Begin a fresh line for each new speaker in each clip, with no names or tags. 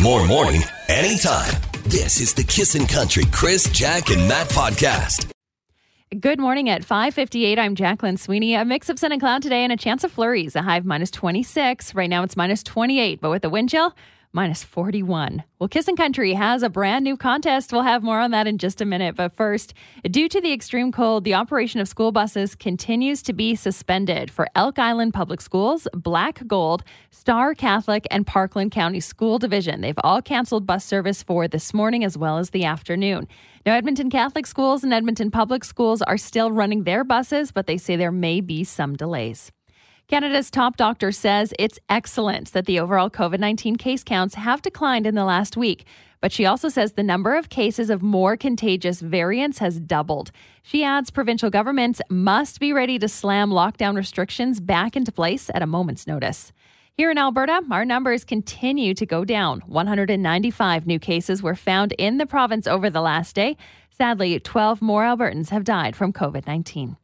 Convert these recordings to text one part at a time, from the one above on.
More morning, anytime. This is the Kissin' Country Chris, Jack, and Matt podcast.
Good morning at 5:58. I'm Jacqueline Sweeney. A mix of sun and cloud today and a chance of flurries. A high of minus 26. Right now it's minus 28, but with the wind chill, minus 41. Well, Kissin' Country has a brand new contest. We'll have more on that in just a minute. But first, due to the extreme cold, the operation of school buses continues to be suspended for Elk Island Public Schools, Black Gold, Star Catholic, and Parkland County School Division. They've all canceled bus service for this morning as well as the afternoon. Now, Edmonton Catholic Schools and Edmonton Public Schools are still running their buses, but they say there may be some delays. Canada's top doctor says it's excellent that the overall COVID 19 case counts have declined in the last week. But she also says the number of cases of more contagious variants has doubled. She adds provincial governments must be ready to slam lockdown restrictions back into place at a moment's notice. Here in Alberta, our numbers continue to go down. 195 new cases were found in the province over the last day. Sadly, 12 more Albertans have died from COVID 19.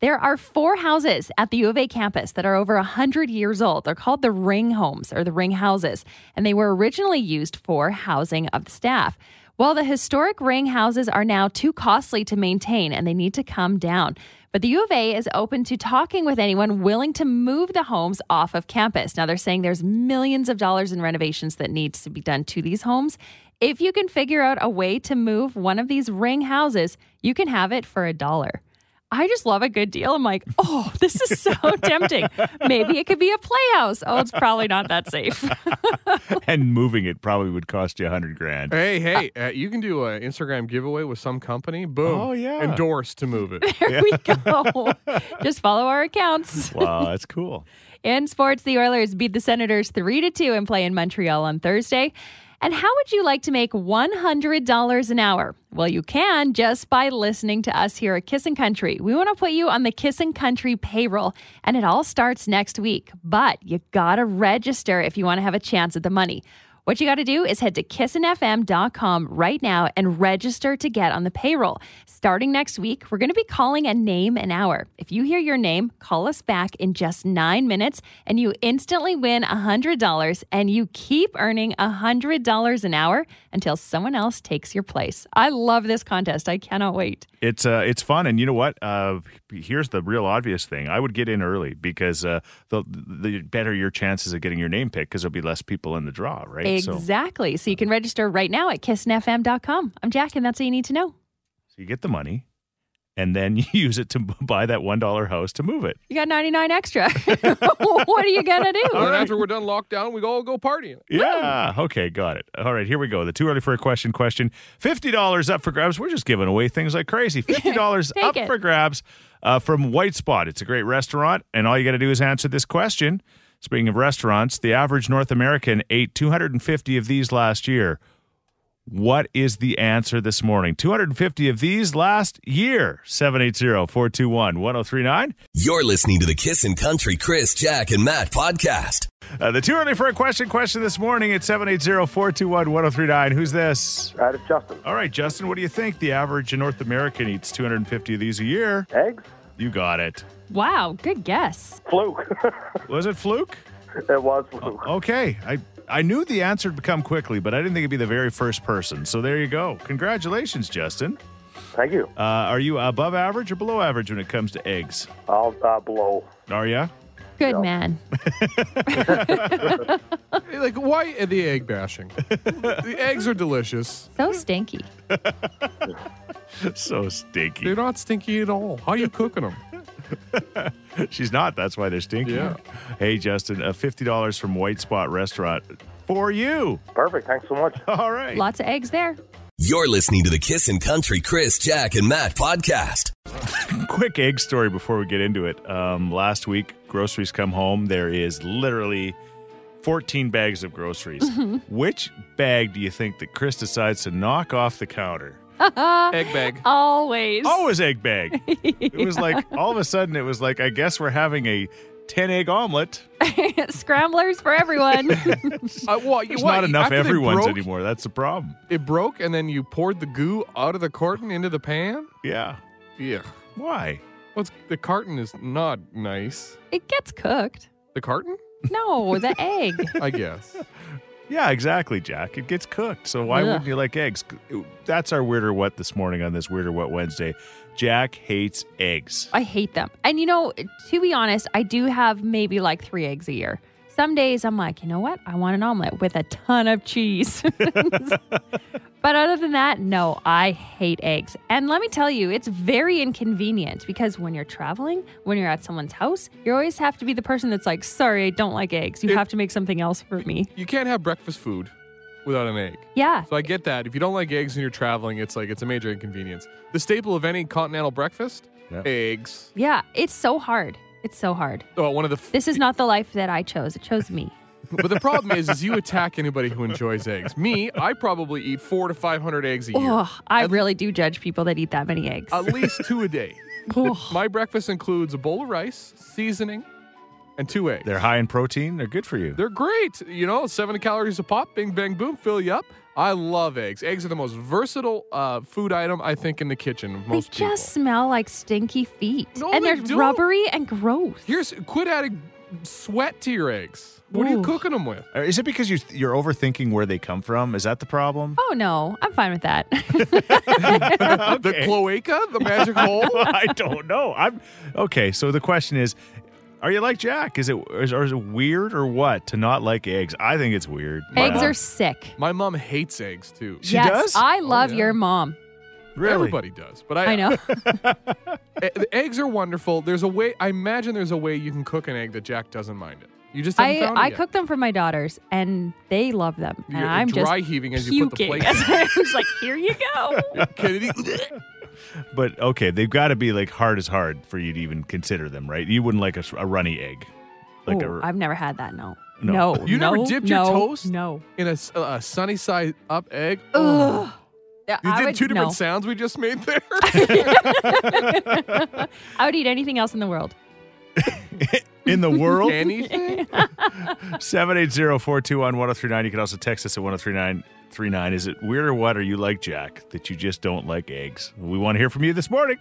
There are four houses at the U of A campus that are over 100 years old. They're called the Ring Homes or the Ring Houses, and they were originally used for housing of the staff. Well, the historic ring houses are now too costly to maintain and they need to come down. But the U of A is open to talking with anyone willing to move the homes off of campus. Now, they're saying there's millions of dollars in renovations that needs to be done to these homes. If you can figure out a way to move one of these ring houses, you can have it for a dollar. I just love a good deal. I'm like, oh, this is so tempting. Maybe it could be a playhouse. Oh, it's probably not that safe.
and moving it probably would cost you a hundred grand.
Hey, hey, uh, you can do an Instagram giveaway with some company. Boom.
Oh, yeah.
Endorse to move it.
there we go. just follow our accounts.
Wow, that's cool.
In sports, the Oilers beat the Senators 3 to 2 and play in Montreal on Thursday. And how would you like to make $100 an hour? Well, you can just by listening to us here at Kissin' Country. We want to put you on the Kissin' Country payroll, and it all starts next week. But you got to register if you want to have a chance at the money. What you got to do is head to kissinfm.com right now and register to get on the payroll. Starting next week, we're going to be calling a name an hour. If you hear your name, call us back in just nine minutes and you instantly win $100 and you keep earning $100 an hour until someone else takes your place. I love this contest. I cannot wait.
It's uh, it's fun, and you know what? Uh, here's the real obvious thing: I would get in early because uh, the the better your chances of getting your name picked, because there'll be less people in the draw, right? So, so
Exactly. So you can register right now at kissinfm.com. I'm Jack, and that's all you need to know.
you get the money, and then you use it to b- buy that one dollar house to move it.
You got 99 extra. what are you going to do?
And then after we're done lockdown, we all go partying.
Yeah. Okay, got it. All right, here we go. The too early for a question question. Fifty dollars up for grabs. We're just giving away things like crazy. Fifty dollars
Take
up
it.
for grabs uh, from White Spot. It's a great restaurant, and all you got to do is answer this question. Speaking of restaurants, the average North American ate 250 of these last year. What is the answer this morning? 250 of these last year. 780 421 1039.
You're listening to the Kissin' Country Chris, Jack, and Matt podcast.
Uh, the too early for a question question this morning at 780-421-1039. Who's this?
Right, it's Justin.
All right, Justin, what do you think? The average North American eats 250 of these a year.
Eggs?
You got it.
Wow, good guess.
Fluke.
Was it fluke?
it was fluke.
Okay. I I knew the answer would come quickly, but I didn't think it'd be the very first person. So there you go. Congratulations, Justin.
Thank you.
Uh, are you above average or below average when it comes to eggs?
I'll uh, blow.
Are you?
Good
Yeah.
man.
Like, why uh, the egg bashing? the eggs are delicious.
So stinky.
So
They're
stinky.
not stinky at all. How are you cooking them?
She's not. That's why they're stinky.
Yeah.
Hey, Justin, uh, $50 from White Spot Restaurant for you.
Perfect. Thanks so much.
All right.
Lots of eggs there.
You're listening to the Kissin' Country Chris, Jack, and Matt podcast.
quick egg story before we get into it. Um, last week, groceries come home. There is literally 14 bags of groceries.
Mm-hmm.
Which bag do you think that Chris decides to knock off the counter?
Egg bag.
Always.
Always egg bag. It was like all of a sudden it was like I guess we're having a 10 egg omelet.
Scramblers for everyone.
Uh, well, you-
There's
what,
not enough
after they
everyone's
broke,
anymore. That's the problem.
It broke, and then you poured the goo out of the carton into the pan?
Yeah.
Yeah.
Why?
What's the carton is not nice.
it gets cooked.
The carton?
No, the egg.
I guess.
Yeah, exactly, Jack. It gets cooked. So why
Ugh.
wouldn't you like eggs? That's our weirder what this morning on this weirder what Wednesday. Jack hates eggs.
I hate them. And you know, to be honest, I do have maybe like three eggs a year. Some days I'm like, you know what? I want an omelet with a ton of cheese. but other than that, no, I hate eggs. And let me tell you, it's very inconvenient because when you're traveling, when you're at someone's house, you always have to be the person that's like, sorry, I don't like eggs. You
It-
have to make something else for me.
You can't have breakfast food without an egg.
Yeah.
So I get that. If you don't like eggs and you're traveling, it's like it's a major inconvenience. The staple of any continental breakfast,
Yeah.
eggs.
Yeah. It's so hard. It's so hard.
Oh, one of the. F-
This is not the life that I chose. It chose me.
but the problem is, is you attack anybody who enjoys eggs. Me, I probably eat four to five hundred eggs a year.
Ugh, I really do judge people that eat that many eggs.
At least two a day.
Ugh.
My breakfast includes a bowl of rice, seasoning, and two eggs.
They're high in protein. They're good for you.
They're great. You know, 70 calories a pop, bing, bang, boom, fill you up. I love eggs. Eggs are the most versatile uh, food item, I think, in the kitchen of most
they just smell like stinky feet.
No,
and
they
are
don't.
rubbery and gross.
people. Here's, quit adding sweat to your eggs. What are
Ooh.
you cooking them with?
Uh, Is it because you you're overthinking where they come from? Is that the problem?
oh no, I'm fine with that.
The cloaca? The magic hole?
I don't know. I'm okay. So the question is, are you like Jack? Is it is, or is it weird or what to not like eggs? I think it's weird.
eggs
But-
are sick.
My mom hates eggs, too.
She
yes,
does?
I love
Oh, yeah.
your mom.
really.
Everybody does. But I,
I know.
e- the eggs are wonderful. There's a way, I imagine there's a way you can cook an egg that Jack doesn't mind it. You just haven't
I
found it
I
yet.
cook them for my daughters, and they love them. And
You're
I'm
dry
just
heaving as you put the
puking.
plate.
As I was like, here you go.
Kennedy.
But okay, they've got to be like hard as hard for you to even consider them, right? You wouldn't like a, s- a runny egg, like
Ooh,
a
I've never had that. No.
No.
No.
You never
no,
dipped your
no,
toast?
No.
in a, s- a sunny side up egg.
Ugh. Yeah,
You
I
did
would,
two different
no.
sounds we just made there.
I would eat anything else in the world.
in the world.
Anything?
780-421-1039. You can also text us at 103939. Is it weird or what? Are you like Jack that you just don't like eggs? We want to hear from you this morning.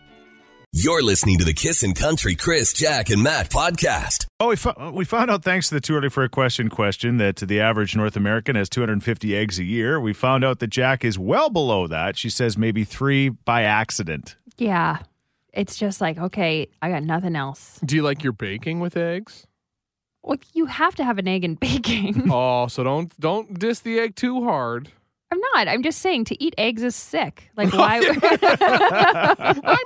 You're listening to the Kissin' Country Chris, Jack, and Matt podcast.
Oh, we, fo- we found out thanks to the too early for a question question that the average North American has 250 eggs a year. We found out that Jack is well below that. She says maybe three by accident.
Yeah. It's just like, okay, I got nothing else.
Do you like your baking with eggs?
Well, you have to have an egg in baking.
Oh, so don't don't diss the egg too hard.
I'm not. I'm just saying to eat eggs is sick. Like, why?
I'm not.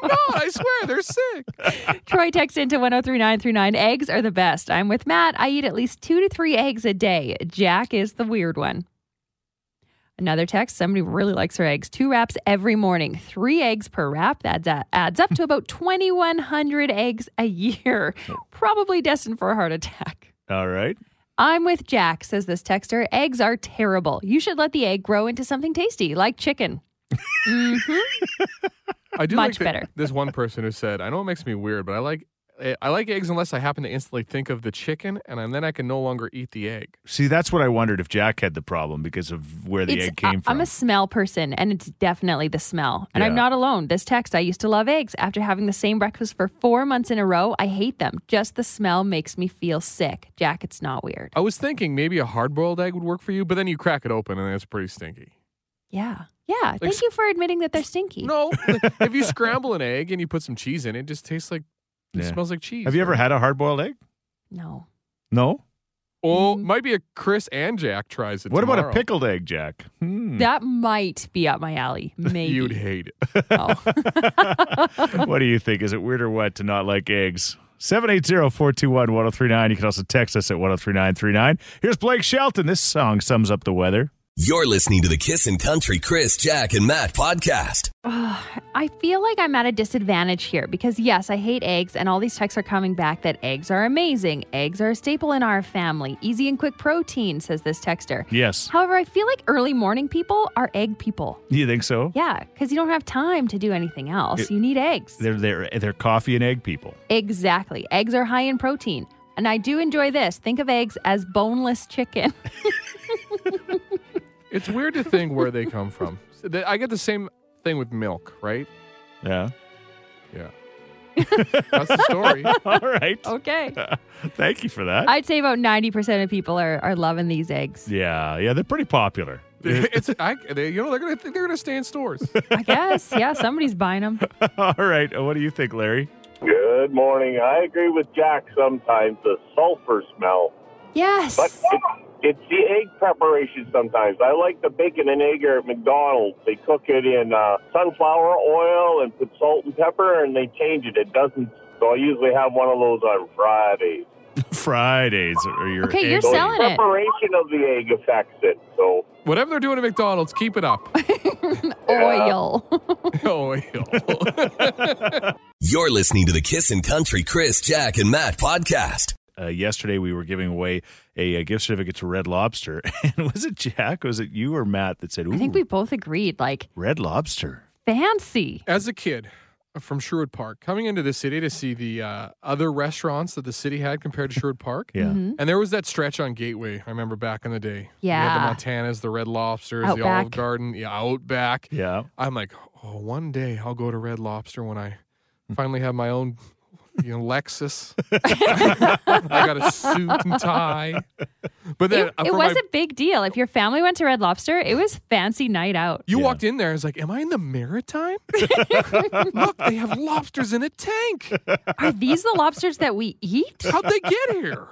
Oh, I swear they're sick.
Troy texts into 103939 eggs are the best. I'm with Matt. I eat at least two to three eggs a day. Jack is the weird one. Another text somebody really likes her eggs. Two wraps every morning, three eggs per wrap. That that adds up to about 2,100 eggs a year. Probably destined for a heart attack.
All right.
I'm with Jack, says this texter. Eggs are terrible. You should let the egg grow into something tasty, like chicken. Mm-hmm.
I do
Much
like that-
better.
This one person who said, "I know it makes me weird, but I like." eh, I like eggs unless I happen to instantly think of the chicken, and then I can no longer eat the egg.
See, that's what I wondered if Jack had the problem because of where the egg came
I,
from.
am a smell person, and it's definitely the smell. And I'm
Yeah.
not alone. This text, I used to love eggs. After having the same breakfast for four months in a row, I hate them. Just the smell makes me feel sick. Jack, it's not weird.
I was thinking maybe a hard-boiled egg would work for you, but then you crack it open and it's pretty stinky.
Yeah. Yeah. Thank
s-
you for admitting that they're stinky.
No, if you scramble an egg and you put some cheese in it, it just tastes like it
Yeah.
smells like cheese.
Have you ever
right?
had a hard boiled egg?
No.
No.
Oh,
Mm-hmm.
might be a Chris and Jack tries it.
What about a
tomorrow.
pickled egg, Jack? Hmm.
That might be up my alley. Maybe.
You'd hate it.
Oh.
what do you think? Is it weird or what to not like eggs? 780-421-1039. You can also text us at 103939. Here's Blake Shelton. This song sums up the weather.
You're listening to the Kissin' Country Chris, Jack, and Matt podcast.
I feel like I'm at a disadvantage here because, yes, I hate eggs, and all these texts are coming back that eggs are amazing. Eggs are a staple in our family. Easy and quick protein, says this texter.
Yes.
However, I feel like early morning people are egg people.
Do you think so?
Yeah, because you don't have time to do anything else. you need eggs.
They're they're they're coffee and egg people.
Exactly. Eggs are high in protein. And I do enjoy this. Think of eggs as boneless chicken.
It's weird to think where they come from. So that- I get the same thing with milk, right?
Yeah.
Yeah. That's the story.
All right.
Okay.
Thank you for that.
I'd say about 90% of people are, are loving these eggs.
yeah, yeah, they're pretty popular.
it's I, they, you know they're gonna they're gonna stay in stores.
I guess. Yeah, somebody's buying them.
All right. What do you think, Larry?
Good morning. I agree with Jack sometimes, the sulfur smell.
Yes.
But it, it's the egg preparation sometimes. I like the bacon and egg at McDonald's. They cook it in uh, sunflower oil and put salt and pepper, and they change it. It doesn't. So I usually have one of those on Fridays.
Fridays are your
Okay, you're
egg-
So
selling-
the
it.
preparation of the egg affects it. So
Whatever they're doing at McDonald's, keep it up.
Oil.
oh, yo.
You're listening to the Kissin' Country Chris, Jack, and Matt podcast.
Uh, yesterday we were giving away a, uh gift certificate to Red Lobster, and was it Jack? Was it you or Matt that said, "Ooh,
I think we both agreed. Like,
Red Lobster"?
fancy.
As a kid from Sherwood Park, coming into the city to see the uh, other restaurants that the city had compared to Sherwood Park.
Yeah.
Mhm.
And there was that stretch on Gateway. I remember back in the day. You had
Yeah.
the Montanas, the Red Lobsters, the
Outback.
Olive Garden, the Outback.
Yeah.
I'm like, oh, one day I'll go to Red Lobster when I finally have my own, you know, Lexus. I got a suit and tie. But then
It,
uh,
it
for
was
my-
a big deal. If your family went to Red Lobster, it was fancy night out.
you
Yeah.
walked in there. I was like, am I in the Maritime? Look, they have lobsters in a tank.
Are these the lobsters that we eat?
How'd they get here?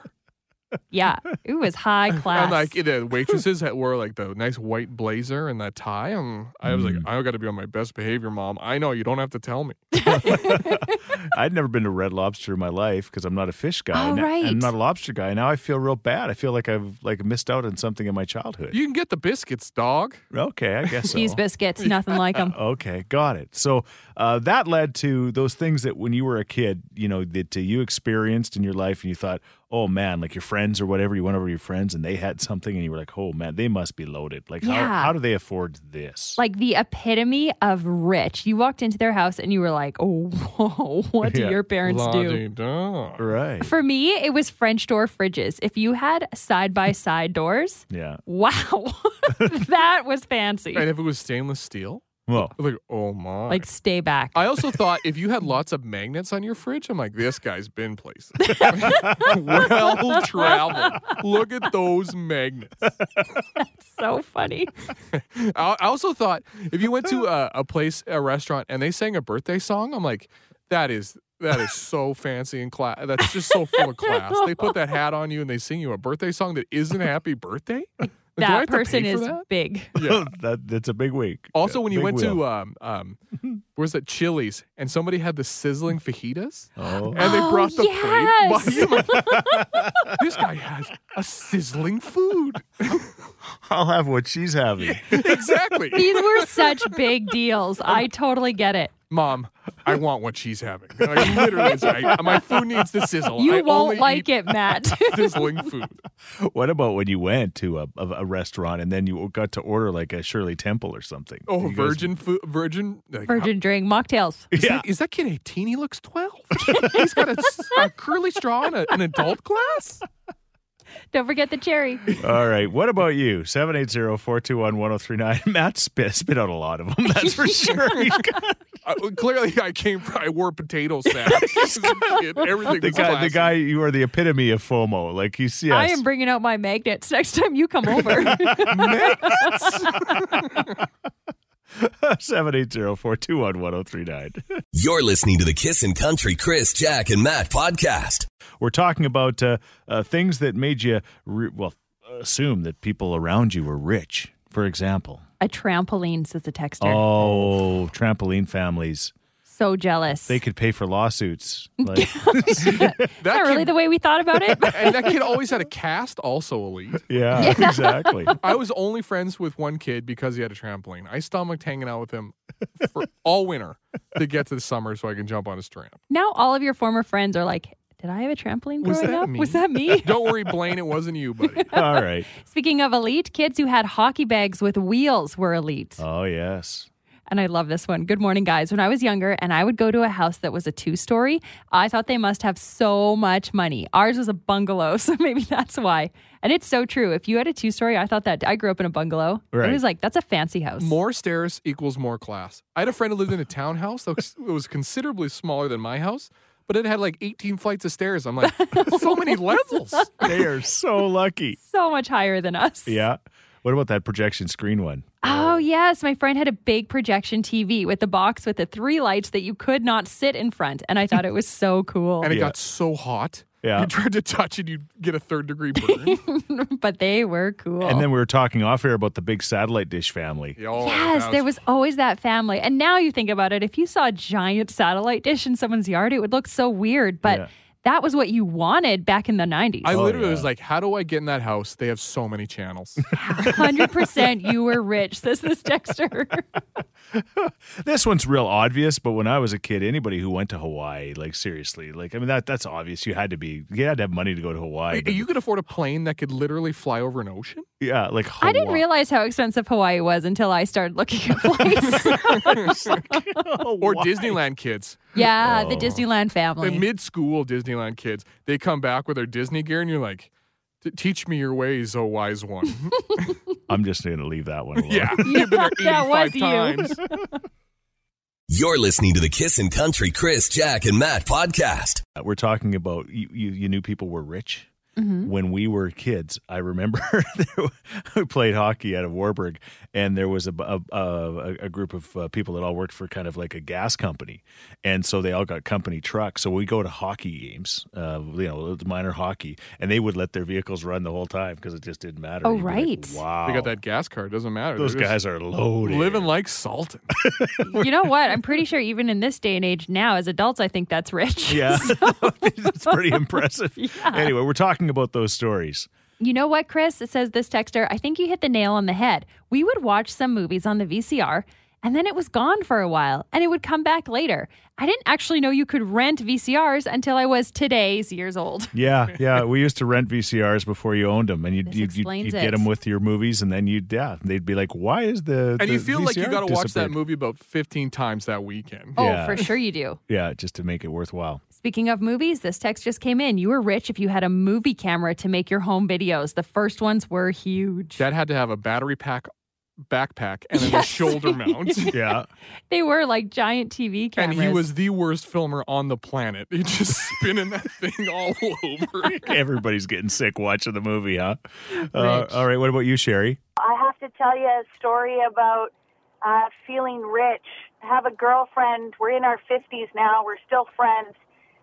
Yeah, it was high class.
And like the waitresses that wore like the nice white blazer and that tie. Um, I was like, I got to be on my best behavior, mom. I know you don't have to tell me.
I'd never been to Red Lobster in my life because I'm not a fish guy.
Oh,
and
right.
I'm not a lobster guy. Now I feel real bad. I feel like I've like missed out on something in my childhood.
You can get the biscuits, dog.
okay, I guess so.
These biscuits, nothing like them.
Okay, got it. So uh, that led to those things that when you were a kid, you know, that uh, you experienced in your life, and you thought, "Oh man," like your friends or whatever. You went over to your friends, and they had something, and you were like, "Oh man, they must be loaded. Like,
Yeah.
how, how do they afford this?"
Like the epitome of rich. You walked into their house and you were like, oh, whoa, what do
Yeah.
your parents do?
La-dee-da.
right?
For me, it was French door fridges. If you had side by side doors,
yeah.
wow, that was fancy.
And if it was stainless steel,
Well,
I was like, oh my.
Like, stay back.
I also thought if you had lots of magnets on your fridge, I'm like, this guy's been places. well traveled. Look at those magnets.
so funny.
I I also thought if you went to a, a place, a restaurant, and they sang a birthday song, I'm like, that is that is so fancy and class. That's just so full of class. They put that hat on you and they sing you a birthday song that isn't happy birthday. Like, do I have
That
to pay
person
for
is
that?
big.
Yeah.
that that's a big week.
Also, when you
Big
went
wheel.
to um, um, where's that Chili's and somebody had the sizzling fajitas
oh,
and they
Oh,
brought the
yes.
plate by you. Like, this guy has a sizzling food.
I'll have what she's having.
exactly.
These were such big deals. I totally get it.
Mom, I want what she's having. Like, literally, it's like, my food needs to sizzle.
You
Oh, I
won't
only
like
eat
it, Matt.
Sizzling food.
What about when you went to a, a, a restaurant and then you got to order like a Shirley Temple or something?
Oh,
You guys-
virgin food. Virgin. Like, how-
Virgin drink mocktails.
Is,
Yeah.
that, is that kid 18? He looks 12. He's got a, s- a curly straw in a, an adult glass.
Don't forget the cherry.
All right. What about you? 780-421-1039. Matt spit, spit out a lot of them, that's for sure. He's got-
I, Uh, clearly, I came from, I wore potato sacks. as a kid. Everything
the
was
guy, the
classy.
guy, you are the epitome of FOMO. Like he's yes.
I am bringing out my magnets next time you come over.
780-421-1039.
You're listening to the Kissin' Country Chris, Jack, and Matt podcast.
We're talking about uh, uh, things that made you re- well assume that people around you were rich. For example,
a trampoline, says the texter.
oh, trampoline families.
so jealous.
They could pay for lawsuits. Like,
That
Not really
kid-
the way we thought about it.
and that kid always had a cast, also elite.
yeah, exactly.
I was only friends with one kid because he had a trampoline. I stomached hanging out with him for all winter to get to the summer so I can jump on his tramp.
now all of your former friends are like, did I have a trampoline
Was
growing
that
up?
me?"
Was that me?
Don't worry, Blaine, it wasn't you, buddy.
All right.
Speaking of elite, kids who had hockey bags with wheels were elite.
Oh yes.
And I love this one. Good morning, guys. When I was younger and I would go to a house that was a two story, I thought they must have so much money. Ours was a bungalow, so maybe that's why. And it's so true. If you had a two story, I thought that I grew up in a bungalow.
Right.
It was like, that's a fancy house.
More stairs equals more class. I had a friend who lived in a townhouse that was, it was considerably smaller than my house, but it had like 18 flights of stairs. I'm like, so many levels.
They are so lucky.
so much higher than us.
Yeah. What about that projection screen one?
Oh, yes. My friend had a big projection TV with the box with the three lights that you could not sit in front. And I thought it was so cool.
And it
Yeah.
got so hot.
Yeah.
You tried to touch it, you'd get a third degree burn.
but they were cool.
And then we were talking off air about the big satellite dish family.
Yo,
yes,
Oh, that
there was always that family. And now you think about it, if you saw a giant satellite dish in someone's yard, it would look so weird. But
Yeah.
that was what you wanted back in the 90s.
I literally
Oh, yeah.
was like, how do I get in that house? They have so many channels.
100% you were rich, says this Dexter.
This one's real obvious, but when I was a kid, anybody who went to Hawaii, like seriously, like I mean that that's obvious. You had to be you had to have money to go to Hawaii.
Wait,
but-
you could afford a plane that could literally fly over an ocean?
yeah, like
I didn't
Hawaii.
realize how expensive Hawaii was until I started looking at flights.
Or
Hawaii.
Disneyland kids.
yeah, the
Oh.
Disneyland family.
The mid school Disneyland kids, they come back with their Disney gear and you're like, "T- teach me your ways, oh wise one.
I'm just going to leave that one alone.
yeah. You've been there 85
that was you.
times.
You're listening to the Kissin' Country Chris, Jack, and Matt podcast.
Uh, We're talking about you, you, you knew people were rich.
Mhm.
When we were kids, I remember there wa- we played hockey out of Warburg, and there was a, bu- a, a, a group of uh, people that all worked for kind of like a gas company. And so they all got company trucks. So we go to hockey games, uh, you know, minor hockey, and they would let their vehicles run the whole time because it just didn't matter.
Oh,
You'd be like,
right.
wow.
They got that gas card. Doesn't matter.
Those
They're just
guys oh, are loaded.
living like Sultan.
you know what? I'm pretty sure even in this day and age now, as adults, I think that's rich.
Yeah. it's pretty impressive. Anyway, we're talking about those stories.
You know what, Chris? It says this texter, I think you hit the nail on the head. We would watch some movies on the VCR and then it was gone for a while and it would come back later. I didn't actually know you could rent VCRs until I was today's years old.
Yeah, yeah. We used to rent VCRs before you owned them, and you'd
This
you'd, you'd,
explains
you'd get
it.
them with your movies, and then you'd yeah, they'd be like, "Why is the
And you
the
feel like you
VCR
got to watch that
disappeared?"
movie about 15 times that weekend.
Yeah.
Oh, for sure you do.
Yeah, just to make it worthwhile.
Speaking of movies, this text just came in. You were rich if you had a movie camera to make your home videos. The first ones were huge.
Dad had to have a battery pack backpack and then
Yes.
a shoulder mount.
Yeah,
They were like giant TV
And
cameras.
he was the worst filmer on the planet. He just spinning that thing all over.
everybody's getting sick watching the movie, huh? Uh, all right, what about you, Sherry?
I have to tell you a story about uh, feeling rich. I have a girlfriend. We're in our 50s now. We're still friends.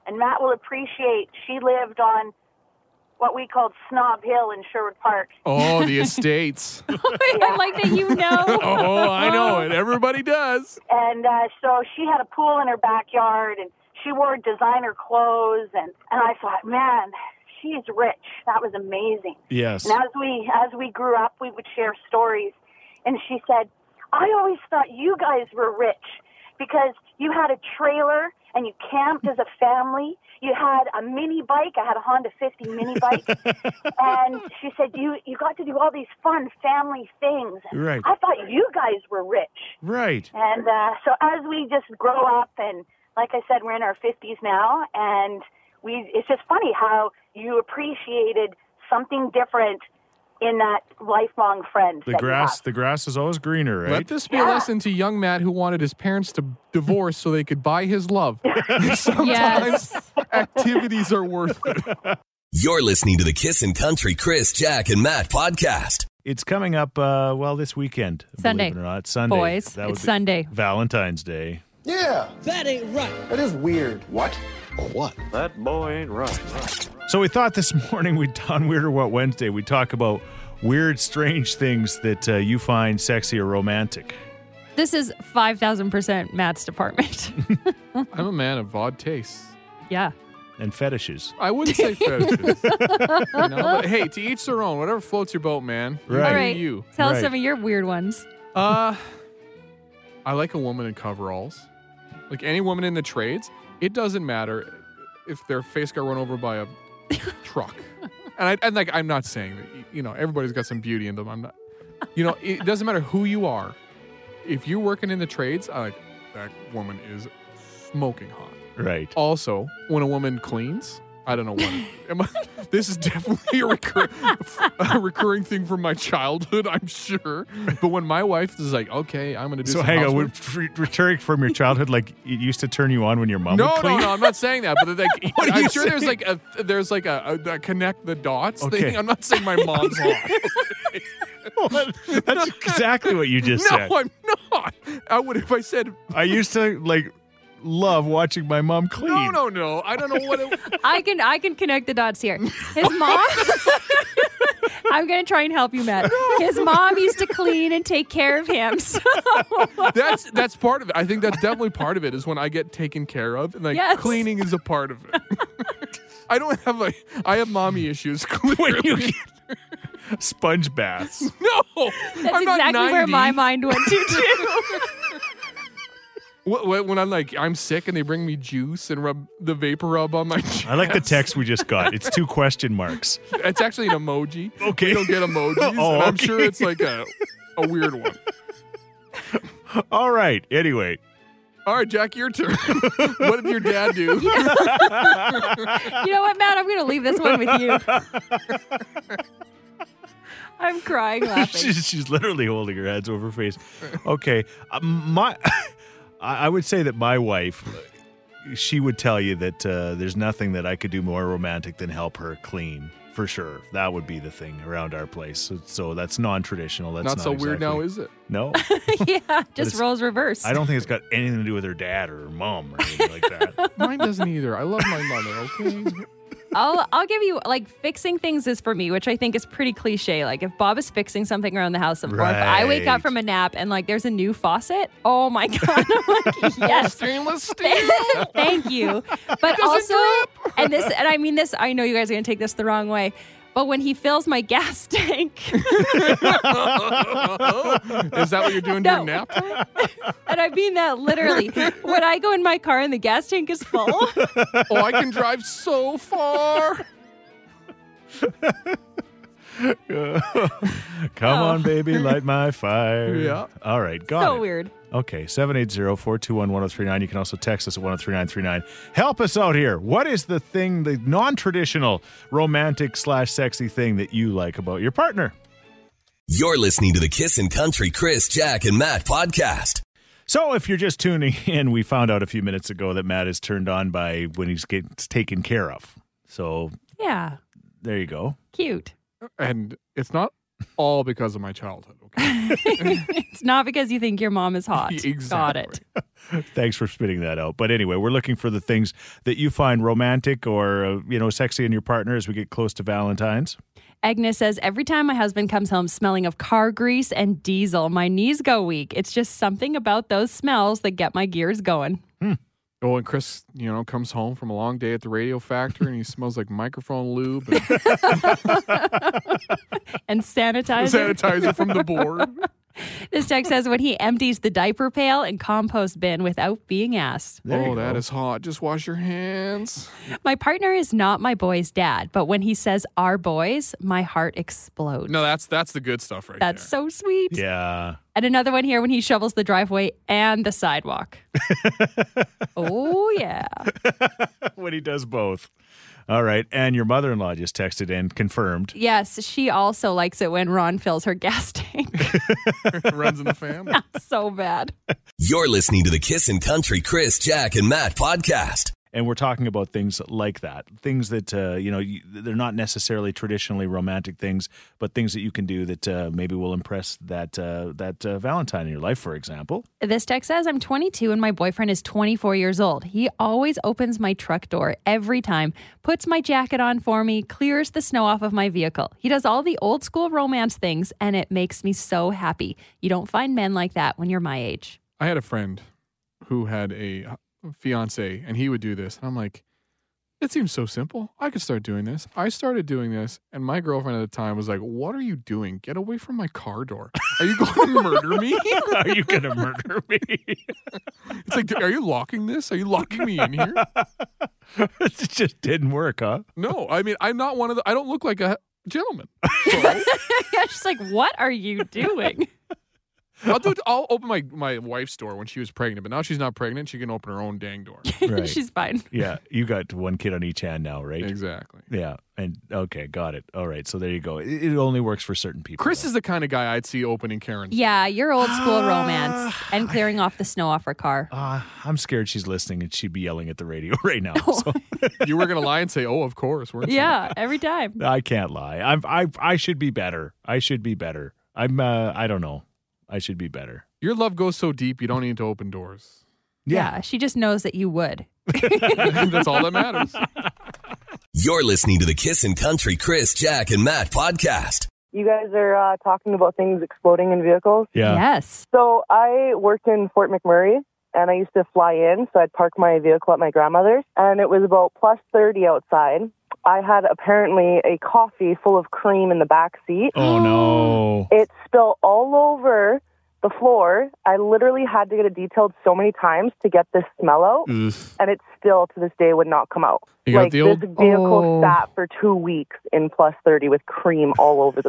And Matt will appreciate she lived on what we called Snob Hill in Sherwood Park.
Oh, the estates.
I like that you know.
Oh, I know it. Everybody does.
And uh, so she had a pool in her backyard and she wore designer clothes. And, and I thought, man, she's rich. That was amazing.
Yes.
And as we as we grew up, we would share stories. And she said, "I always thought you guys were rich because you had a trailer and you camped as a family. You had a mini bike. I had a Honda 50 mini bike. and she said, "You you got to do all these fun family things.
Right.
I thought you guys were rich."
Right.
And uh, so as we just grow up, and like I said, we're in our 50s now, and we it's just funny how you appreciated something different in that lifelong friend.
The
that you
grass,
have.
the grass is always greener, right?
Let this be a lesson to young Matt who wanted his parents to divorce so they could buy his love.
oh,
Sometimes
Yes.
activities are worth it.
You're listening to the Kissin' Country Chris, Jack, and Matt podcast.
It's coming up, uh, well, this weekend. believe
Sunday.
it or not, Sunday.
Boys,
That would
it's
be
Sunday.
Valentine's Day.
Yeah,
That ain't right.
that is weird. What? What?
That boy ain't right.
So we thought this morning we'd on Weirder What Wednesday we'd talk about weird, strange things that uh, you find sexy or romantic.
This is 5,000% Matt's department.
I'm a man of odd tastes.
yeah.
and fetishes.
I wouldn't say fetishes. you know, but hey, to each their own. Whatever floats your boat, man. You
Right.
do
All right.
You.
Tell us
Right.
some of your weird ones.
Uh, I like a woman in coveralls. Like any woman in the trades, it doesn't matter if their face got run over by a truck. And, I, and like I'm not saying that you know everybody's got some beauty in them. I'm not. You know, it doesn't matter who you are. if you're working in the trades, I like that woman is smoking hot.
Right.
Oh, Also, when a woman cleans, I don't know what. am I, this is definitely a, recur, a recurring thing from my childhood, I'm sure. But when my wife is like, "Okay, I'm going to do
So
some
hang on,
housework."
would re- returning from your childhood, like it used to turn you on when your mom
No,
would
no,
clean?
no! I'm not saying that, but like,
What are
I'm
you
sure there's
saying?
like a there's like a, a, a connect the dots
Okay.
thing. I'm not saying my mom's hot.
That's exactly what you just said.
No, I'm not. I would if I said
I used to like love watching my mom clean.
no, no, no. I don't know what. It,
I can I can connect the dots here. His mom. I'm gonna try and help you, Matt. His mom used to clean and take care of him. So
that's that's part of it. I think that's definitely part of it is when I get taken care of and like
Yes.
cleaning is a part of it. I don't have like I have mommy issues.
When
Clearly.
you get sponge baths.
no,
that's
I'm not
exactly
90.
where my mind went to too.
Wh- wh- When I'm like I'm sick and they bring me juice and rub the vapor rub on my. chest.
I like the text we just got. It's two question marks.
It's actually an emoji.
Okay.
We don't get emojis.
Oh,
and I'm
okay.
sure it's like a a weird one.
All right. Anyway,
All right, Jack, your turn. what did your dad do?
You know what, Matt? I'm gonna leave this one with you. I'm crying laughing.
she's, she's literally holding her hands over her face. Okay, uh, my, I I would say that my wife, she would tell you that uh, there's nothing that I could do more romantic than help her clean for sure. That would be the thing around our place. So, so that's non-traditional. That's not,
not so weird now,
exactly-
is it?
no.
yeah, just
it's-
rolls reverse.
I don't think it's got anything to do with her dad or her mom or anything like that.
Mine doesn't either. I love my mother. Okay.
I'll I'll give you like fixing things is for me, which I think is pretty cliche. Like if Bob is fixing something around the house, or if I wake
Right.
up from a nap and like there's a new faucet, oh my god, I'm like yes,
Stainless steel.
thank you. But also, and this, and I mean this, I know you guys are gonna take this the wrong way, but when he fills my gas tank,
Is that what you're doing
No.
during nap?
and I mean that literally, when I go in my car and the gas tank is full,
Oh, I can drive so far.
Come
Oh.
on, baby, light my fire.
Yeah.
All right, got
so
it.
weird.
Okay, 780-421-1039. You can also text us at 103939. Help us out here. What is the thing, the non-traditional romantic slash sexy thing that you like about your partner?
You're listening to the Kissin' Country Chris, Jack, and Matt podcast.
So if you're just tuning in, we found out a few minutes ago that Matt is turned on by when he's gets taken care of. So
Yeah,
there you go.
cute.
And it's not all because of my childhood. Okay.
it's not because you think your mom is hot. Got
Exactly.
it.
Thanks for spitting that out. But anyway, we're looking for the things that you find romantic or uh, you know sexy in your partner as we get close to Valentine's.
Agnes says, Every time my husband comes home smelling of car grease and diesel, my knees go weak. It's just something about those smells that get my gears going.
Oh, and Chris, you know, comes home from a long day at the radio factory and he smells like microphone lube and
And sanitizer.
sanitizer from the board.
this text says, When he empties the diaper pail and compost bin without being asked.
There you
oh, that
go.
is hot. Just wash your hands.
My partner is not my boy's dad, but when he says our boys, my heart explodes.
No, that's that's the good stuff right
That's so sweet.
yeah.
And another one here when he shovels the driveway and the sidewalk. oh, yeah.
when he does both. All right. And your mother in law just texted and confirmed.
Yes, she also likes it when Ron fills her gas tank.
there. Runs in the family.
so bad.
You're listening to the Kissin' Country Chris, Jack, and Matt podcast.
And we're talking about things like that things that, uh, you know, you, they're not necessarily traditionally romantic things, but things that you can do that uh, maybe will impress that, uh, that uh, Valentine in your life, for example.
This text says, I'm 22 and my boyfriend is 24 years old. He always opens my truck door every time, puts my jacket on for me, clears the snow off of my vehicle. He does all the old school romance things, and it makes me so happy. You don't find men like that when you're my age.
I had a friend who had a fiance and he would do this. And I'm like, it seems so simple. I could start doing this. I started doing this, and my girlfriend at the time was like, What are you doing? Get away from my car door. Are you going to murder me?
Are you going to murder me?
It's like, Are you locking this? Are you locking me in here?
it just didn't work, huh?
No, I mean, I'm not one of the, I don't look like a gentleman.
She's like, What are you doing?
I'll do. I'll open my my wife's door when she was pregnant, but now she's not pregnant. She can open her own dang door.
Right.
She's fine.
yeah, you got one kid on each hand now, right?
exactly.
Yeah, and okay, got it. All right, so there you go. It, it only works for certain people.
Chris
though.
is the kind of guy I'd see opening Karen's.
Yeah, your old school romance and clearing off the snow off her car.
Uh, I'm scared she's listening and she'd be yelling at the radio right now. So
You were gonna lie and say, "Oh, of course." weren't you?"
Yeah, every time.
I can't lie. I'm I I should be better. I should be better. I'm uh, I don't know. I should be better.
Your love goes so deep, you don't need to open doors.
Yeah. she just knows that you would.
That's all that matters.
You're listening to the Kissin' Country Chris, Jack, and Matt podcast.
You guys are uh, talking about things exploding in vehicles.
Yeah.
Yes.
So I worked in Fort McMurray and I used to fly in. So I'd park my vehicle at my grandmother's and it was about plus 30 outside. I had apparently a coffee full of cream in the back seat.
Oh no.
It spilled all over the floor. I literally had to get it detailed so many times to get this smell out. And it still to this day would not come out.
Mm. You got
like
the old-
this vehicle
Oh.
sat for two weeks in plus 30 with cream all over the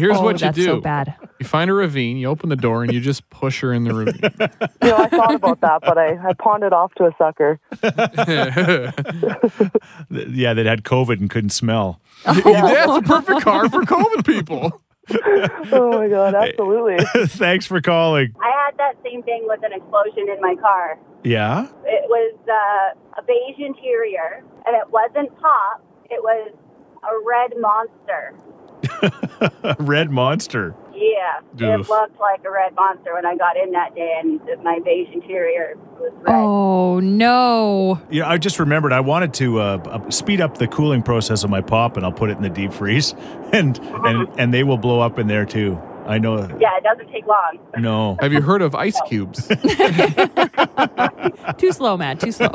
Here's
oh,
what you
that's
do:
so bad.
you find a ravine, you open the door, and you just push her in the
you know, I thought about that, but I, I pawned it off to a sucker.
ravine.
Th- Yeah, that had COVID and couldn't smell.
Yeah, it's a perfect car for COVID people.
Oh my god, absolutely.
Thanks for calling.
I had that same thing with an explosion in my car.
Yeah.
It was uh, a beige interior, and it wasn't pop. It was a red monster.
Red monster.
Yeah,
Oof.
it looked like a red monster when I got in that day, and my beige interior was red.
Oh, no.
Yeah, I just remembered I wanted to uh, uh, speed up the cooling process of my pop, and I'll put it in the deep freeze, and and and they will blow up in there too. I know.
Yeah, it doesn't take long.
No.
Have you heard of ice cubes?
Too slow, Matt. Too slow.